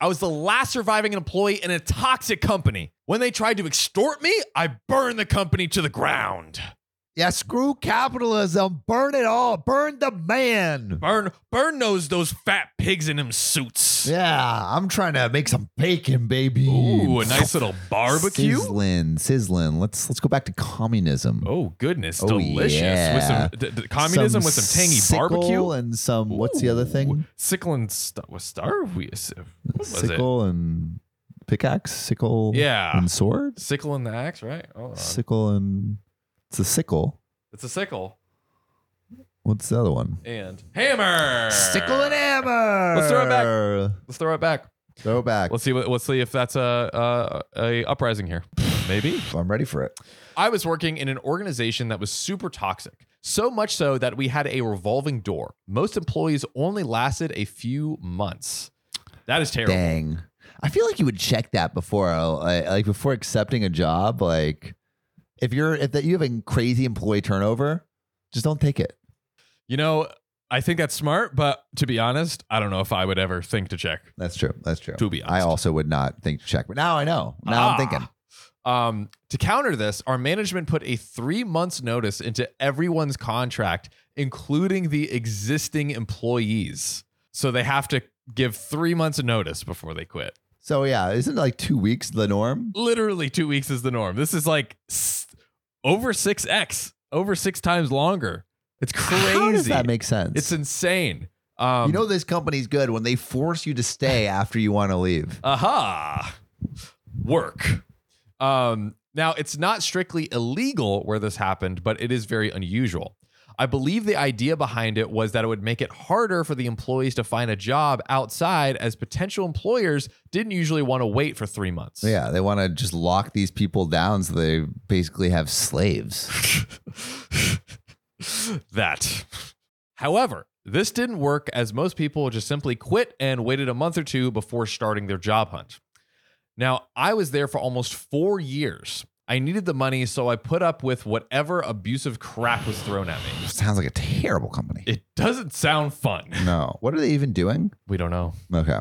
I was the last surviving employee in a toxic company. When they tried to extort me, I burned the company to the ground. Yeah, screw capitalism. Burn it all. Burn the man. Burn, burn those those fat pigs in them suits. Yeah, I'm trying to make some bacon, baby. Ooh, a nice little barbecue. Sizzling, sizzling. Let's let's go back to communism. Oh goodness, Oh, delicious with yeah. some d- d- communism with some tangy sickle barbecue. and some. What's the other Ooh, thing? Sickle and st- was star. We what was it? Sickle and pickaxe. Sickle. Yeah. And sword. Sickle and the axe, right? Hold on. Sickle and it's a sickle. It's a sickle What's the other one? and hammer. hammer. Let's throw it Let's throw it back. Throw it back. Let's see. what- Let's see if that's a a, a uprising here. Maybe. I'm ready for it. I was working in an organization that was super toxic, so much so that we had a revolving door. Most employees only lasted a few months. That is terrible. Dang. I feel like you would check that before, uh, like like, before accepting a job. Like, if you're if that you have a crazy employee turnover, just don't take it. You know, I think that's smart, but to be honest, I don't know if I would ever think to check. That's true. That's true. To be I honest. also would not think to check, but now I know. Now Ah. I'm thinking. Um, to counter this, our management put a three months notice into everyone's contract, including the existing employees. So they have to give three months notice before they quit. So yeah, isn't like two weeks the norm? Literally two weeks is the norm. This is like s- over six x, over six times longer. It's crazy. How does that make sense? it's insane. Um, you know this company's good when they force you to stay after you want to leave. Aha. Work. Um, now, it's not strictly illegal where this happened, but it is very unusual. I believe the idea behind it was that it would make it harder for the employees to find a job outside, as potential employers didn't usually want to wait for three months. Yeah, they want to just lock these people down so they basically have slaves. that. However, this didn't work as most people just simply quit and waited a month or two before starting their job hunt. Now, I was there for almost four years. I needed the money, so I put up with whatever abusive crap was thrown at me. Sounds like a terrible company. It doesn't sound fun. No. What are they even doing? We don't know. Okay.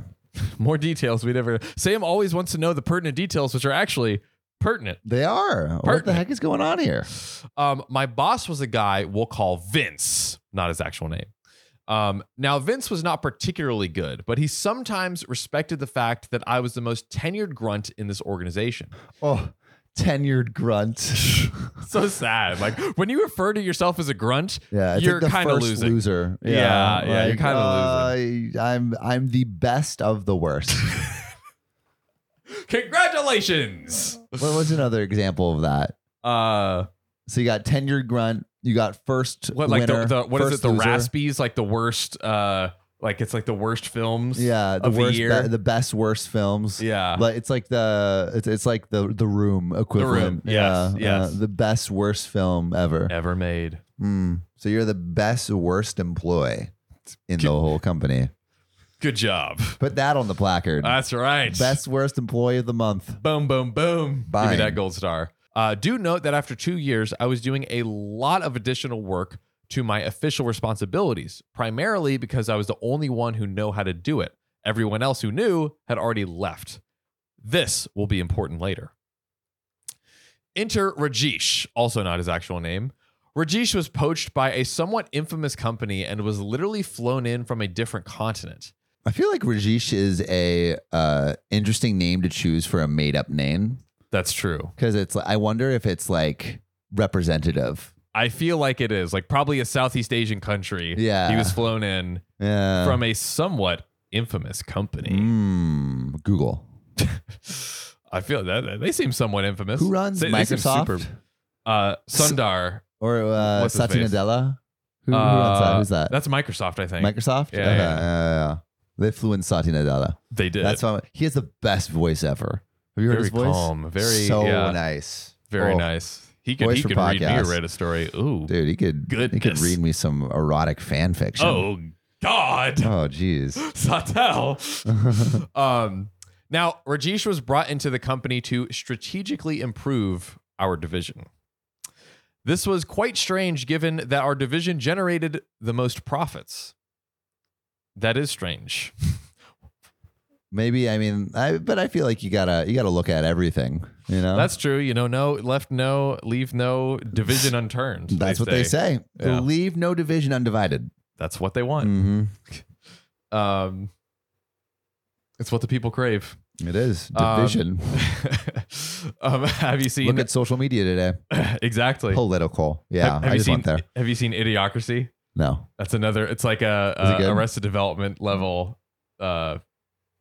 More details we never. Sam always wants to know the pertinent details, which are actually pertinent. They are. What the Pertinent. heck is going on here? Um, my boss was a guy we'll call Vince, not his actual name. Um, now, Vince was not particularly good, but he sometimes respected the fact that I was the most tenured grunt in this organization. Oh, tenured grunt. So sad. Like when you refer to yourself as a grunt, yeah, I You're think the kinda first losing. loser. Yeah, yeah, you're kinda losing. I'm I'm the best of the worst. congratulations. what was another example of that? Uh, So you got tenured grunt. You got first what like winner, the, the what is first it? The loser. Raspies, like the worst. Uh, like it's like the worst films. Yeah, the of the worst, year. be- the best worst films. yeah. Like it's like the it's, it's like the the room equivalent. yes, yes. the best worst film ever. Ever made. Mm. So you're the best worst employee in the whole company. Good job. Put that on the placard. That's right. Best worst employee of the month. Boom, boom, boom. Give Bang. me that gold star. Uh, do note that after two years, I was doing a lot of additional work to my official responsibilities, primarily because I was the only one who know how to do it. Everyone else who knew had already left. This will be important later. Enter Rajesh, also not his actual name. Rajesh was poached by a somewhat infamous company and was literally flown in from a different continent. I feel like Rajesh is a uh, interesting name to choose for a made up name That's true. because it's. like I wonder if it's like representative. I feel like it is like probably a Southeast Asian country. Yeah. he was flown in Yeah. from a somewhat infamous company. Mm, Google. I feel that that- they seem somewhat infamous. Mm. Who runs They- they seem Microsoft uh, Sundar. or uh, What's his Satya face? Nadella? Who, who Uh, runs that? Who's that? That's Microsoft, I think. Microsoft. Yeah, Okay, yeah. yeah, yeah. They flew in Satya Nadella. they did. That's why he has the best voice ever. Have you heard very his voice? calm, very so yeah, nice. very Oh, nice. He could Voice he for could read me or podcast. read a story. Ooh, dude. He could he could Goodness. read me some erotic fan fiction. oh God, oh, jeez. Satel. Um, now, Rajesh was brought into the company to strategically improve our division. This was quite strange given that our division generated the most profits. That is strange. Maybe I mean, I but I feel like you gotta you gotta look at everything. You know, That's true. You know, no left, no leave, no division unturned. That's what they say. Yeah. Leave no division undivided. That's what they want. Mhm. Mm. Um, it's what the people crave. It is Um, division. um, have you seen look at social media today. exactly? Political. Yeah, have, have I you just seen went there. Have you seen Idiocracy? No, That's another. It's like Is it a, good? a Arrested Development level, uh,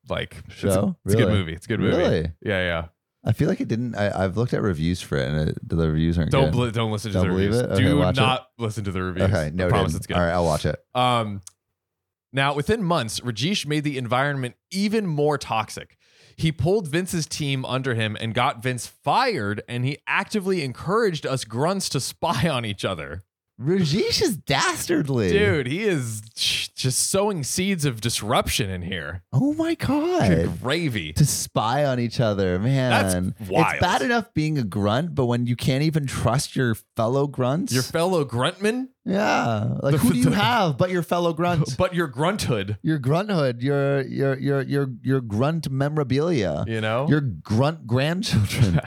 like it's a- Show? It's, a, good Really? movie. It's a good movie. Really? Yeah, yeah. I feel like it didn't. I, I've looked at reviews for it, and it, the reviews aren't Don't good. bel- don't listen to Don't the believe reviews. it? Okay, Do watch it. not listen to the reviews. okay, no, I promise it's good. All right, I'll watch it. Um, now, within months, Rajesh made the environment even more toxic. He pulled Vince's team under him and got Vince fired, and he actively encouraged us grunts to spy on each other. Rajesh is dastardly, Dude, he is j- just sowing seeds of disruption in here. Oh my god. Gravy. To spy on each other, man. wild. It's bad enough being a grunt, but when you can't even trust your fellow grunts, Your fellow gruntman, yeah. Like who do you have but your fellow grunts? but your grunthood, Your grunthood, your your your your your grunt memorabilia, you know? uh, your grunt grandchildren,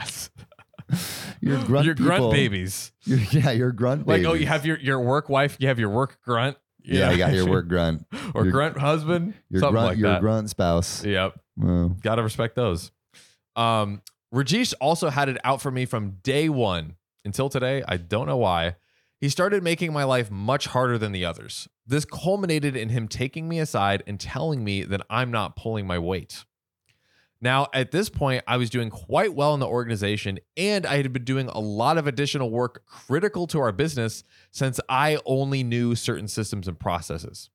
your grunt your grunt people. babies. Your- yeah, your grunt Like, babies. oh, you have your, your work wife, you have your work grunt. you yeah, know? I got your work grunt, or your- grunt husband, your something grunt, like your that. grunt spouse. Yep. Wow. Gotta respect those. Um, Rajesh also had it out for me from day one until today. I don't know why. He started making my life much harder than the others. This culminated in him taking me aside and telling me that I'm not pulling my weight. Now, at this point, I was doing quite well in the organization and I had been doing a lot of additional work critical to our business since I only knew certain systems and processes.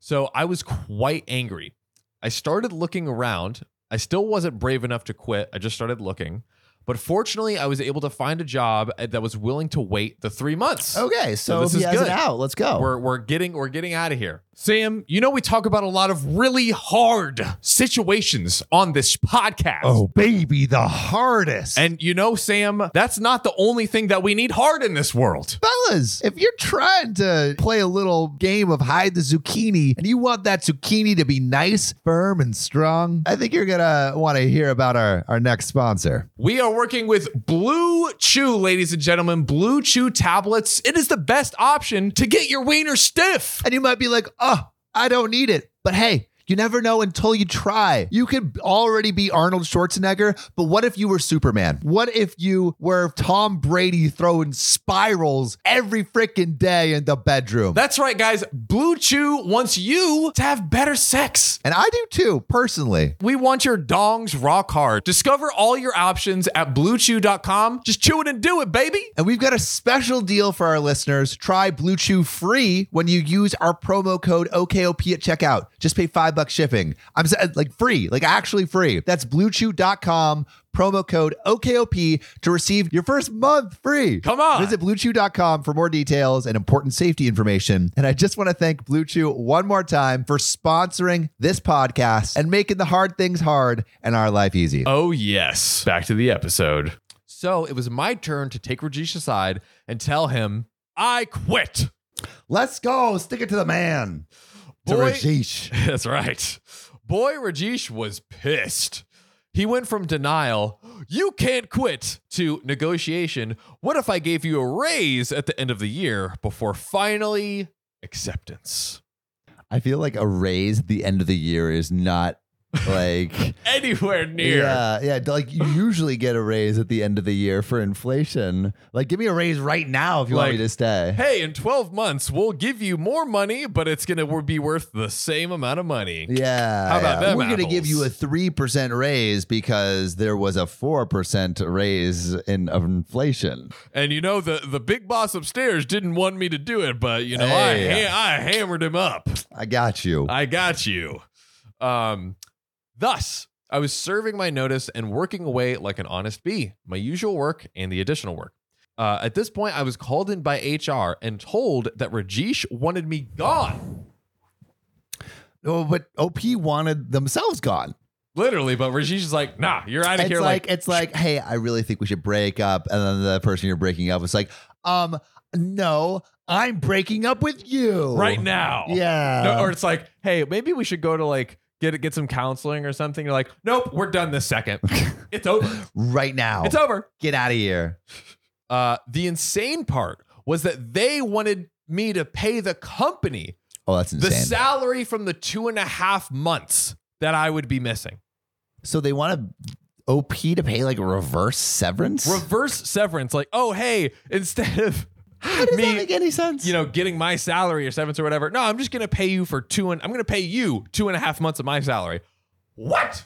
So I was quite angry. I started looking around. I still wasn't brave enough to quit. I just started looking. But fortunately, I was able to find a job uh, that was willing to wait the three months. Okay, so, this if he is has good. it out. Let's go. We're, we're getting we're getting out of here. Sam, you know we talk about a lot of really hard situations on this podcast. Oh, baby, the hardest. And you know, Sam, that's not the only thing that we need hard in this world. Fellas, if you're trying to play a little game of hide the zucchini and you want that zucchini to be nice, firm, and strong, I think you're going to want to hear about our, our next sponsor. We are working with Blue Chew, ladies and gentlemen. Blue Chew tablets. It is the best option to get your wiener stiff. And you might be like, oh, I don't need it. But hey, you never know until you try. You could already be Arnold Schwarzenegger, but what if you were Superman? What if you were Tom Brady throwing spirals every freaking day in the bedroom? That's right, guys. Blue Chew wants you to have better sex. and I do too, personally. We want your dongs rock hard. Discover all your options at bluechew.com. Just chew it and do it, baby. And we've got a special deal for our listeners. Try Blue Chew free when you use our promo code OKOP at checkout. Just pay five bucks shipping. I'm s- like free, like actually free. That's bluechew.com, promo code OKOP to receive your first month free. Come on. Visit bluechew.com for more details and important safety information. And I just want to thank Blue Chew one more time for sponsoring this podcast and making the hard things hard and our life easy. Oh, yes. Back to the episode. So it was my turn to take Rajesh aside and tell him, I quit. Let's go. Stick it to the man. To Boy- Rajesh. That's right. Boy, Rajesh was pissed. He went from denial, you can't quit, to negotiation, what if I gave you a raise at the end of the year, before finally acceptance. I feel like a raise at the end of the year is not like Anywhere near. yeah, yeah. Like you usually get a raise at the end of the year for inflation. Like, give me a raise right now if you want Like- me to stay. hey, in 12 months, we'll give you more money, but it's going to be worth the same amount of money. Yeah, How about yeah. them We're gonna give apples? you a three percent raise because there was a four percent raise in of inflation. And you know, the, the big boss upstairs didn't want me to do it, but you know, Hey. I, ha- I hammered him up. I got you. I got you. Um, thus, I was serving my notice and working away like an honest bee, my usual work and the additional work. Uh, at this point, I was called in by HR and told that Rajesh wanted me gone. oh, but OP wanted themselves gone. Literally, but Rajesh is like, nah, you're out of It's here. like, Like, it's like, hey, I really think we should break up, and then the person you're breaking up is like, um, no, I'm breaking up with you right now. oh, Yeah. No, or it's like, hey, maybe we should go to like get get some counseling or something. You're like, nope, we're done this second. it's over. right now. It's over. Get out of here. Uh, the insane part was that they wanted me to pay the company Oh, that's the insane. salary from the two and a half months that I would be missing. so they want to OP to pay like reverse severance? Reverse severance, like, oh hey, instead of How does that me, make any sense? you know, getting my salary or severance or whatever, no, I'm just gonna pay you for two and I'm gonna pay you two and a half months of my salary. What?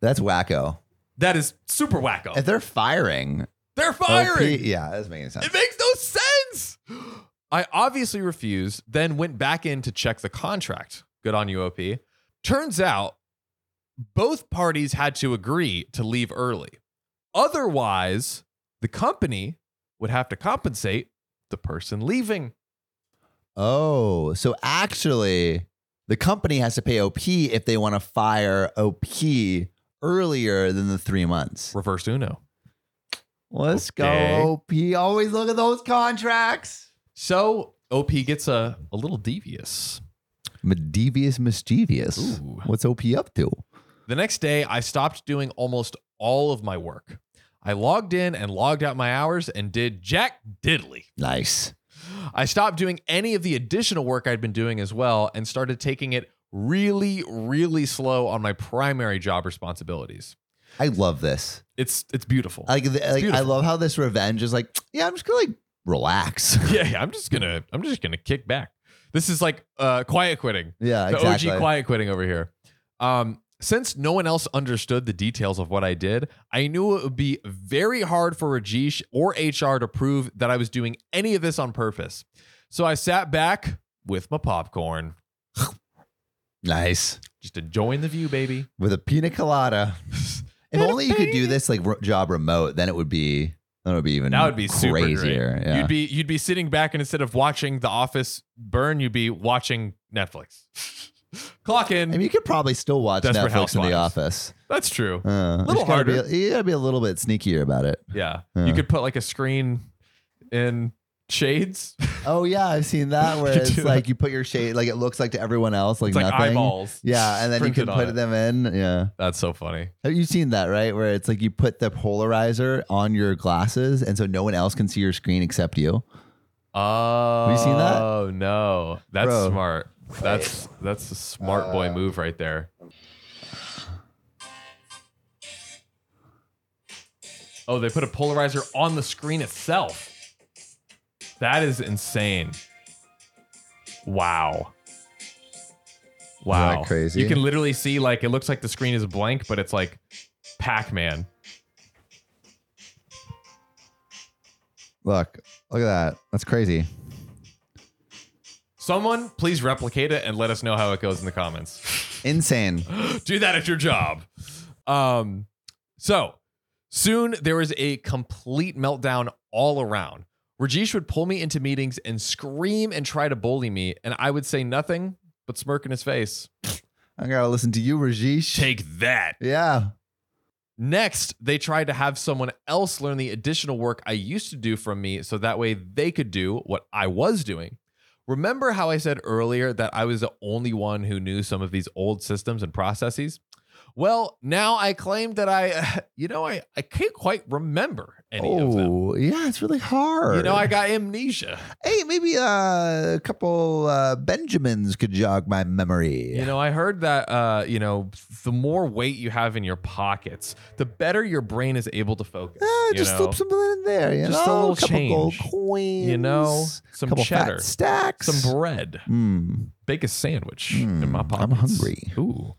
that's wacko. That is super wacko. If they're firing, They're OP firing. yeah, that's making sense. It makes no sense. I obviously refused, then went back in to check the contract. Good on you, OP. Turns out both parties had to agree to leave early. Otherwise, the company would have to compensate the person leaving. Oh, so actually, the company has to pay OP if they want to fire OP earlier than the three months. Reverse Uno. Let's Okay. go, OP. Always look at those contracts. So OP gets a, a little devious. Devious, mischievous. Ooh. What's OP up to? The next day, I stopped doing almost all of my work. I logged in and logged out my hours and did Jack Diddley. Nice. I stopped doing any of the additional work I'd been doing as well and started taking it really, really slow on my primary job responsibilities. I love this. It's it's beautiful. Like, th- like I beautiful. love how this revenge is like, yeah, I'm just gonna like relax. yeah, yeah, I'm just gonna I'm just gonna kick back. This is like uh, quiet quitting. yeah, The exactly. OG quiet quitting over here. Um, since no one else understood the details of what I did, I knew it would be very hard for Rajesh or HR to prove that I was doing any of this on purpose. So I sat back with my popcorn, Nice just enjoying the view, baby. with a pina colada. if Pina only you could do pina. this like re- job remote, then it would be that would be even That would be super great. crazier. Yeah. You'd be you'd be sitting back and instead of watching The Office burn, you'd be watching Netflix. Clock in. I mean, you could probably still watch Desperate Netflix in The Office. That's true. Uh, you Little just gotta harder. Be, you gotta be a little bit sneakier about it. Yeah. Yeah. You could put like a screen in shades. Oh yeah, I've seen that where You it's do like you put your shade, like it looks like to everyone else, like It's like nothing. eyeballs. Yeah, and then you printed can on put it. them in. Yeah, That's so funny. have you seen that right? Where it's like you put the polarizer on your glasses, and so no one else can see your screen except you. Oh, you seen that? Oh no, that's Bro. Uh, smart. That's that's a smart boy move right there. Oh, they put a polarizer on the screen itself. That is insane. Wow. Wow. crazy? You can literally see like it looks like the screen is blank, but it's like Pac-Man. Look, look at that. That's crazy. Someone please replicate it and let us know how it goes in the comments. Insane. do that at your job. Um, so soon there was a complete meltdown all around. Rajesh would pull me into meetings and scream and try to bully me, and I would say nothing but smirk in his face. I gotta listen to you, Rajesh. Take that. Yeah. Next, they tried to have someone else learn the additional work I used to do from me so that way they could do what I was doing. Remember how I said earlier that I was the only one who knew some of these old systems and processes? Well, now I claim that I, you know, I, I can't quite remember any of them. Oh, yeah. It's really hard. You know, I got amnesia. Hey, maybe uh, a couple uh, Benjamins could jog my memory. You know, I heard that uh, you know, the more weight you have in your pockets, the better your brain is able to focus. Ah, you just know? slip something in there. You Just a know? little couple gold change. coins. you know, some couple cheddar, fat stacks. some bread. Mm. bake a sandwich in Hmm, my I'm pocket. hungry. Ooh.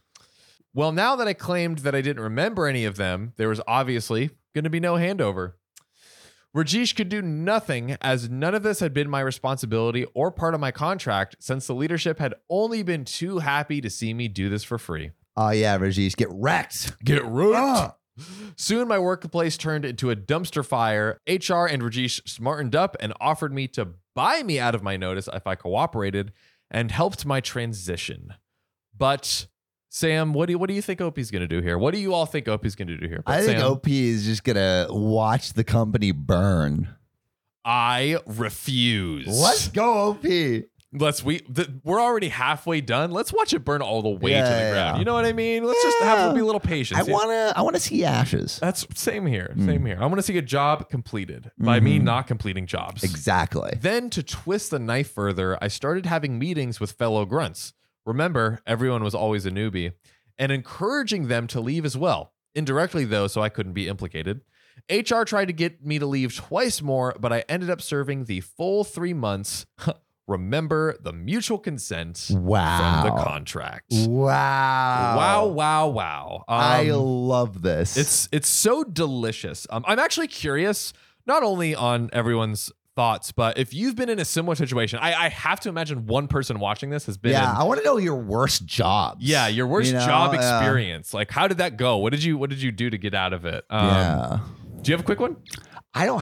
Well, now that I claimed that I didn't remember any of them, there was obviously going to be no handover. Rajesh could do nothing as none of this had been my responsibility or part of my contract since the leadership had only been too happy to see me do this for free. Oh, yeah, Rajesh, get wrecked. Get root. Ah. Soon my workplace turned into a dumpster fire. HR and Rajesh smartened up and offered me to buy me out of my notice if I cooperated and helped my transition. But Sam, what do you, what do you think Opie's going to do here? What do you all think Opie's going to do here? But I think Sam, OP is just going to watch the company burn. I refuse. Let's go, OP. Let's we th- we're already halfway done. Let's watch it burn all the way to Yeah, the yeah, ground. yeah. You know what I mean? Let's just have Yeah. be a little patient. I Hmm. wanna I wanna see ashes. That's same here. Same here. I want to see a job completed by Mm-hmm. me not completing jobs. Exactly. Then to twist the knife further, I started having meetings with fellow grunts. Remember, everyone was always a newbie, and encouraging them to leave as well. Indirectly, though, so I couldn't be implicated. HR tried to get me to leave twice more, but I ended up serving the full three months. Remember the mutual consent Wow. from the contract. Wow. Wow, wow, wow. Um, I love this. it's it's so delicious. Um, I'm actually curious, not only on everyone's thoughts, but if you've been in a similar situation, I, I have to imagine one person watching this has been. yeah. in- I want to know your worst jobs. yeah, your worst You know, job yeah. experience. Like, how did that go? What did you What did you do to get out of it? Um, yeah. Do you have a quick one? I don't.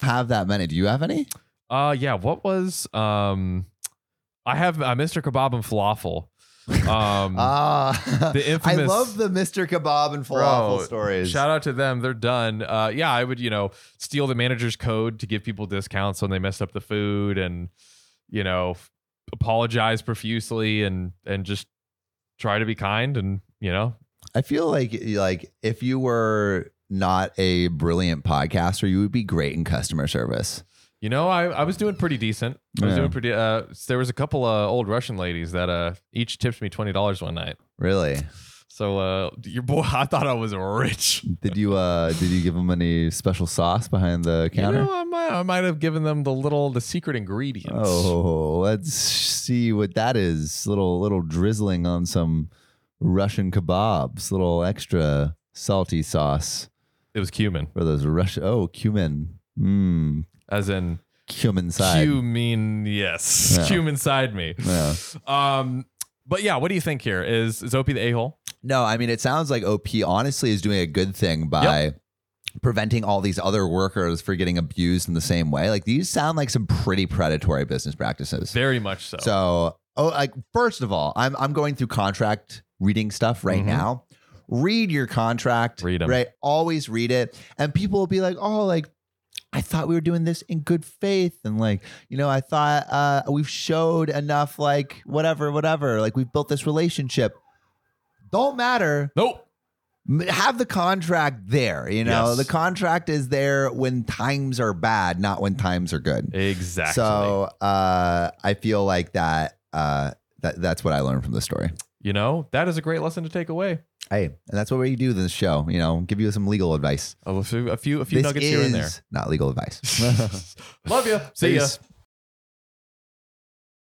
have that many. Do you have any? Uh, yeah. What was um, I have uh, Mr. Kebab and Falafel. Um, Ah, The I infamous- love the Mr. Kebab and falafel Bro, stories. Shout out to them. They're done. Uh, yeah, I would, you know, steal the manager's code to give people discounts when they messed up the food and, you know, f- apologize profusely and and just try to be kind and, you know, I feel like like if you were not a brilliant podcaster, you would be great in customer service. you know, I, I was doing pretty decent. I was Yeah. doing pretty uh there was a couple of old Russian ladies that uh each tipped me $20 one night. Really? So uh your boy I thought I was rich. Did you uh did you give them any special sauce behind the You counter? know, I might, I might have given them the little the secret ingredients. Oh, let's see what that is. Little little drizzling on some Russian kebabs. Little extra salty sauce It was cumin, for those Russian. Oh, cumin. Mmm, as in cumin side. Q mean yes. Yeah. Q inside me. Yeah. Um, but yeah, what do you think here? Is is Opie the a hole? No, I mean it sounds like OP honestly is doing a good thing by preventing all these other workers for getting abused in the same way. Like these sound like some pretty predatory business practices. Very much so. So, oh, like first of all, I'm I'm going through contract reading stuff right Mhm. now. Read your contract. Read 'em. Right, always read it, and people will be like, "Oh, like." I thought we were doing this in good faith and like, you know, I thought uh we've showed enough like whatever whatever, like we've built this relationship. Don't matter nope. m- have the contract there. You know, Yes. the contract is there when times are bad, not when times are good. Exactly. So uh, I feel like that, uh, that that's what I learned from the story. you know, that is a great lesson to take away. Hey, and that's what we do this show. You know, give you some legal advice. A few a few, a few this nuggets is here and there. not legal advice. Love you. See ya. Peace.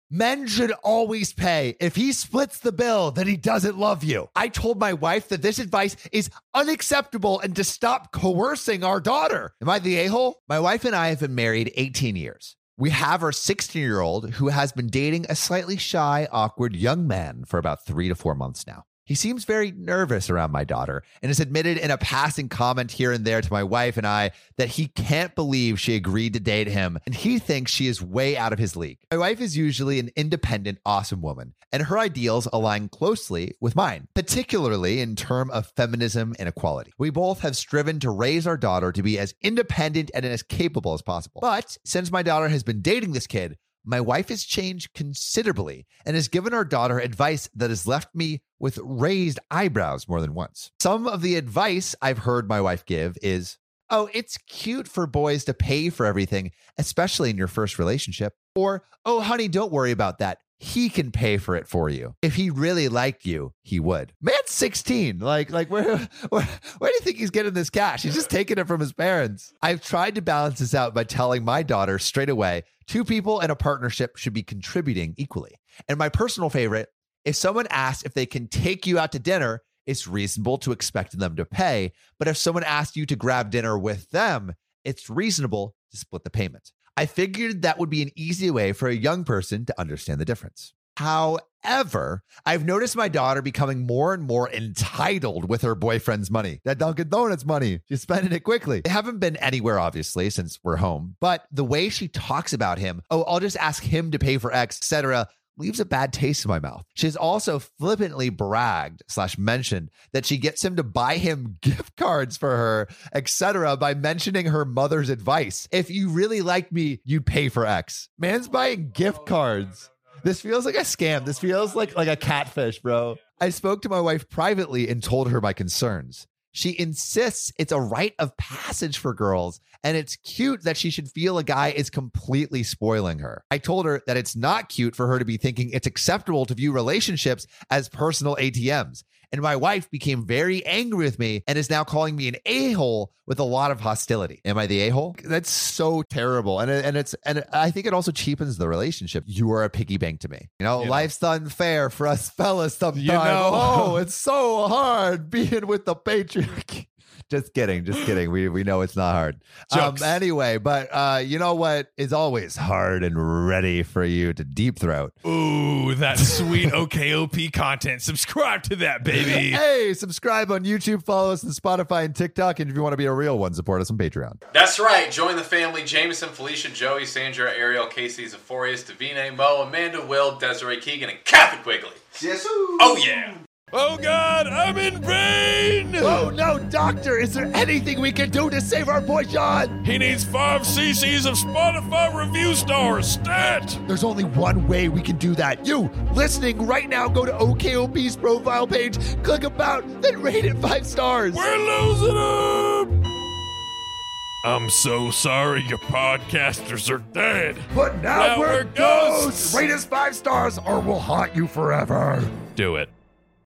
Men should always pay. If he splits the bill, then he doesn't love you. I told my wife that this advice is unacceptable and to stop coercing our daughter. Am I the a hole? My wife and I have been married 18 years. We have our 16 year old who has been dating a slightly shy, awkward young man for about three to four months now. He seems very nervous around my daughter and has admitted in a passing comment here and there to my wife and I that he can't believe she agreed to date him and he thinks she is way out of his league. My wife is usually an independent, awesome woman, and her ideals align closely with mine, particularly in term of feminism and equality. We both have striven to raise our daughter to be as independent and as capable as possible. But since my daughter has been dating this kid, my wife has changed considerably and has given our daughter advice that has left me with raised eyebrows more than once. Some of the advice I've heard my wife give is Oh, it's cute for boys to pay for everything, especially in your first relationship. Or, oh, honey, don't worry about that. He can pay for it for you. If he really liked you, he would. Man's 16. Like, like where, where, where do you think he's getting this cash? He's just taking it from his parents. I've tried to balance this out by telling my daughter straight away two people in a partnership should be contributing equally. And my personal favorite if someone asks if they can take you out to dinner, it's reasonable to expect them to pay. But if someone asks you to grab dinner with them, it's reasonable to split the payment. I figured that would be an easy way for a young person to understand the difference. However, I've noticed my daughter becoming more and more entitled with her boyfriend's money. That Dunkin' Donuts money. She's spending it quickly. They haven't been anywhere, obviously, since we're home, but the way she talks about him, oh, I'll just ask him to pay for X, etc., leaves a bad taste in my mouth. She's also flippantly bragged slash mentioned that she gets him to buy him gift cards for her, etc., by mentioning her mother's advice. If you really like me, you'd pay for X. Man's buying gift cards. This feels like a scam. This feels like like a catfish, bro. I spoke to my wife privately and told her my concerns. She insists it's a rite of passage for girls, and it's cute that she should feel a guy is completely spoiling her. I told her that it's not cute for her to be thinking it's acceptable to view relationships as personal ATMs. And my wife became very angry with me and is now calling me an a hole with a lot of hostility. Am I the a hole? That's so terrible. And, it- and it's, and I think it also cheapens the relationship. You are a piggy bank to me. You know, Yeah. life's unfair for us fellas sometimes. You know. Oh, it's so hard being with the patriarchy. Just kidding, just kidding. We we know it's not hard. Um, Jokes. anyway, but uh, you know what is always hard and ready for you to deep throat. Ooh, that sweet OKOP content. Subscribe to that, baby. Hey, subscribe on YouTube, follow us on Spotify and TikTok, and if you want to be a real one, support us on Patreon. That's right. Join the family. Jameson, Felicia, Joey, Sandra, Ariel, Casey, Zephorius, Davine, Mo, Amanda, Will, Desiree, Keegan, and Kathy Quigley. Oh, yeah. Oh, God, I'm in pain. Oh no, doctor! Is there anything we can do to save our boy John? He needs five cc's of Spotify review stars. Stat. There's only one way we can do that. You listening right now, go to OKOP's profile page, click about, then rate it five stars. We're losing him. I'm so sorry your podcasters are dead. But now, Now we're we're, ghosts. ghosts. Rate us five stars or we'll haunt you forever. Do it.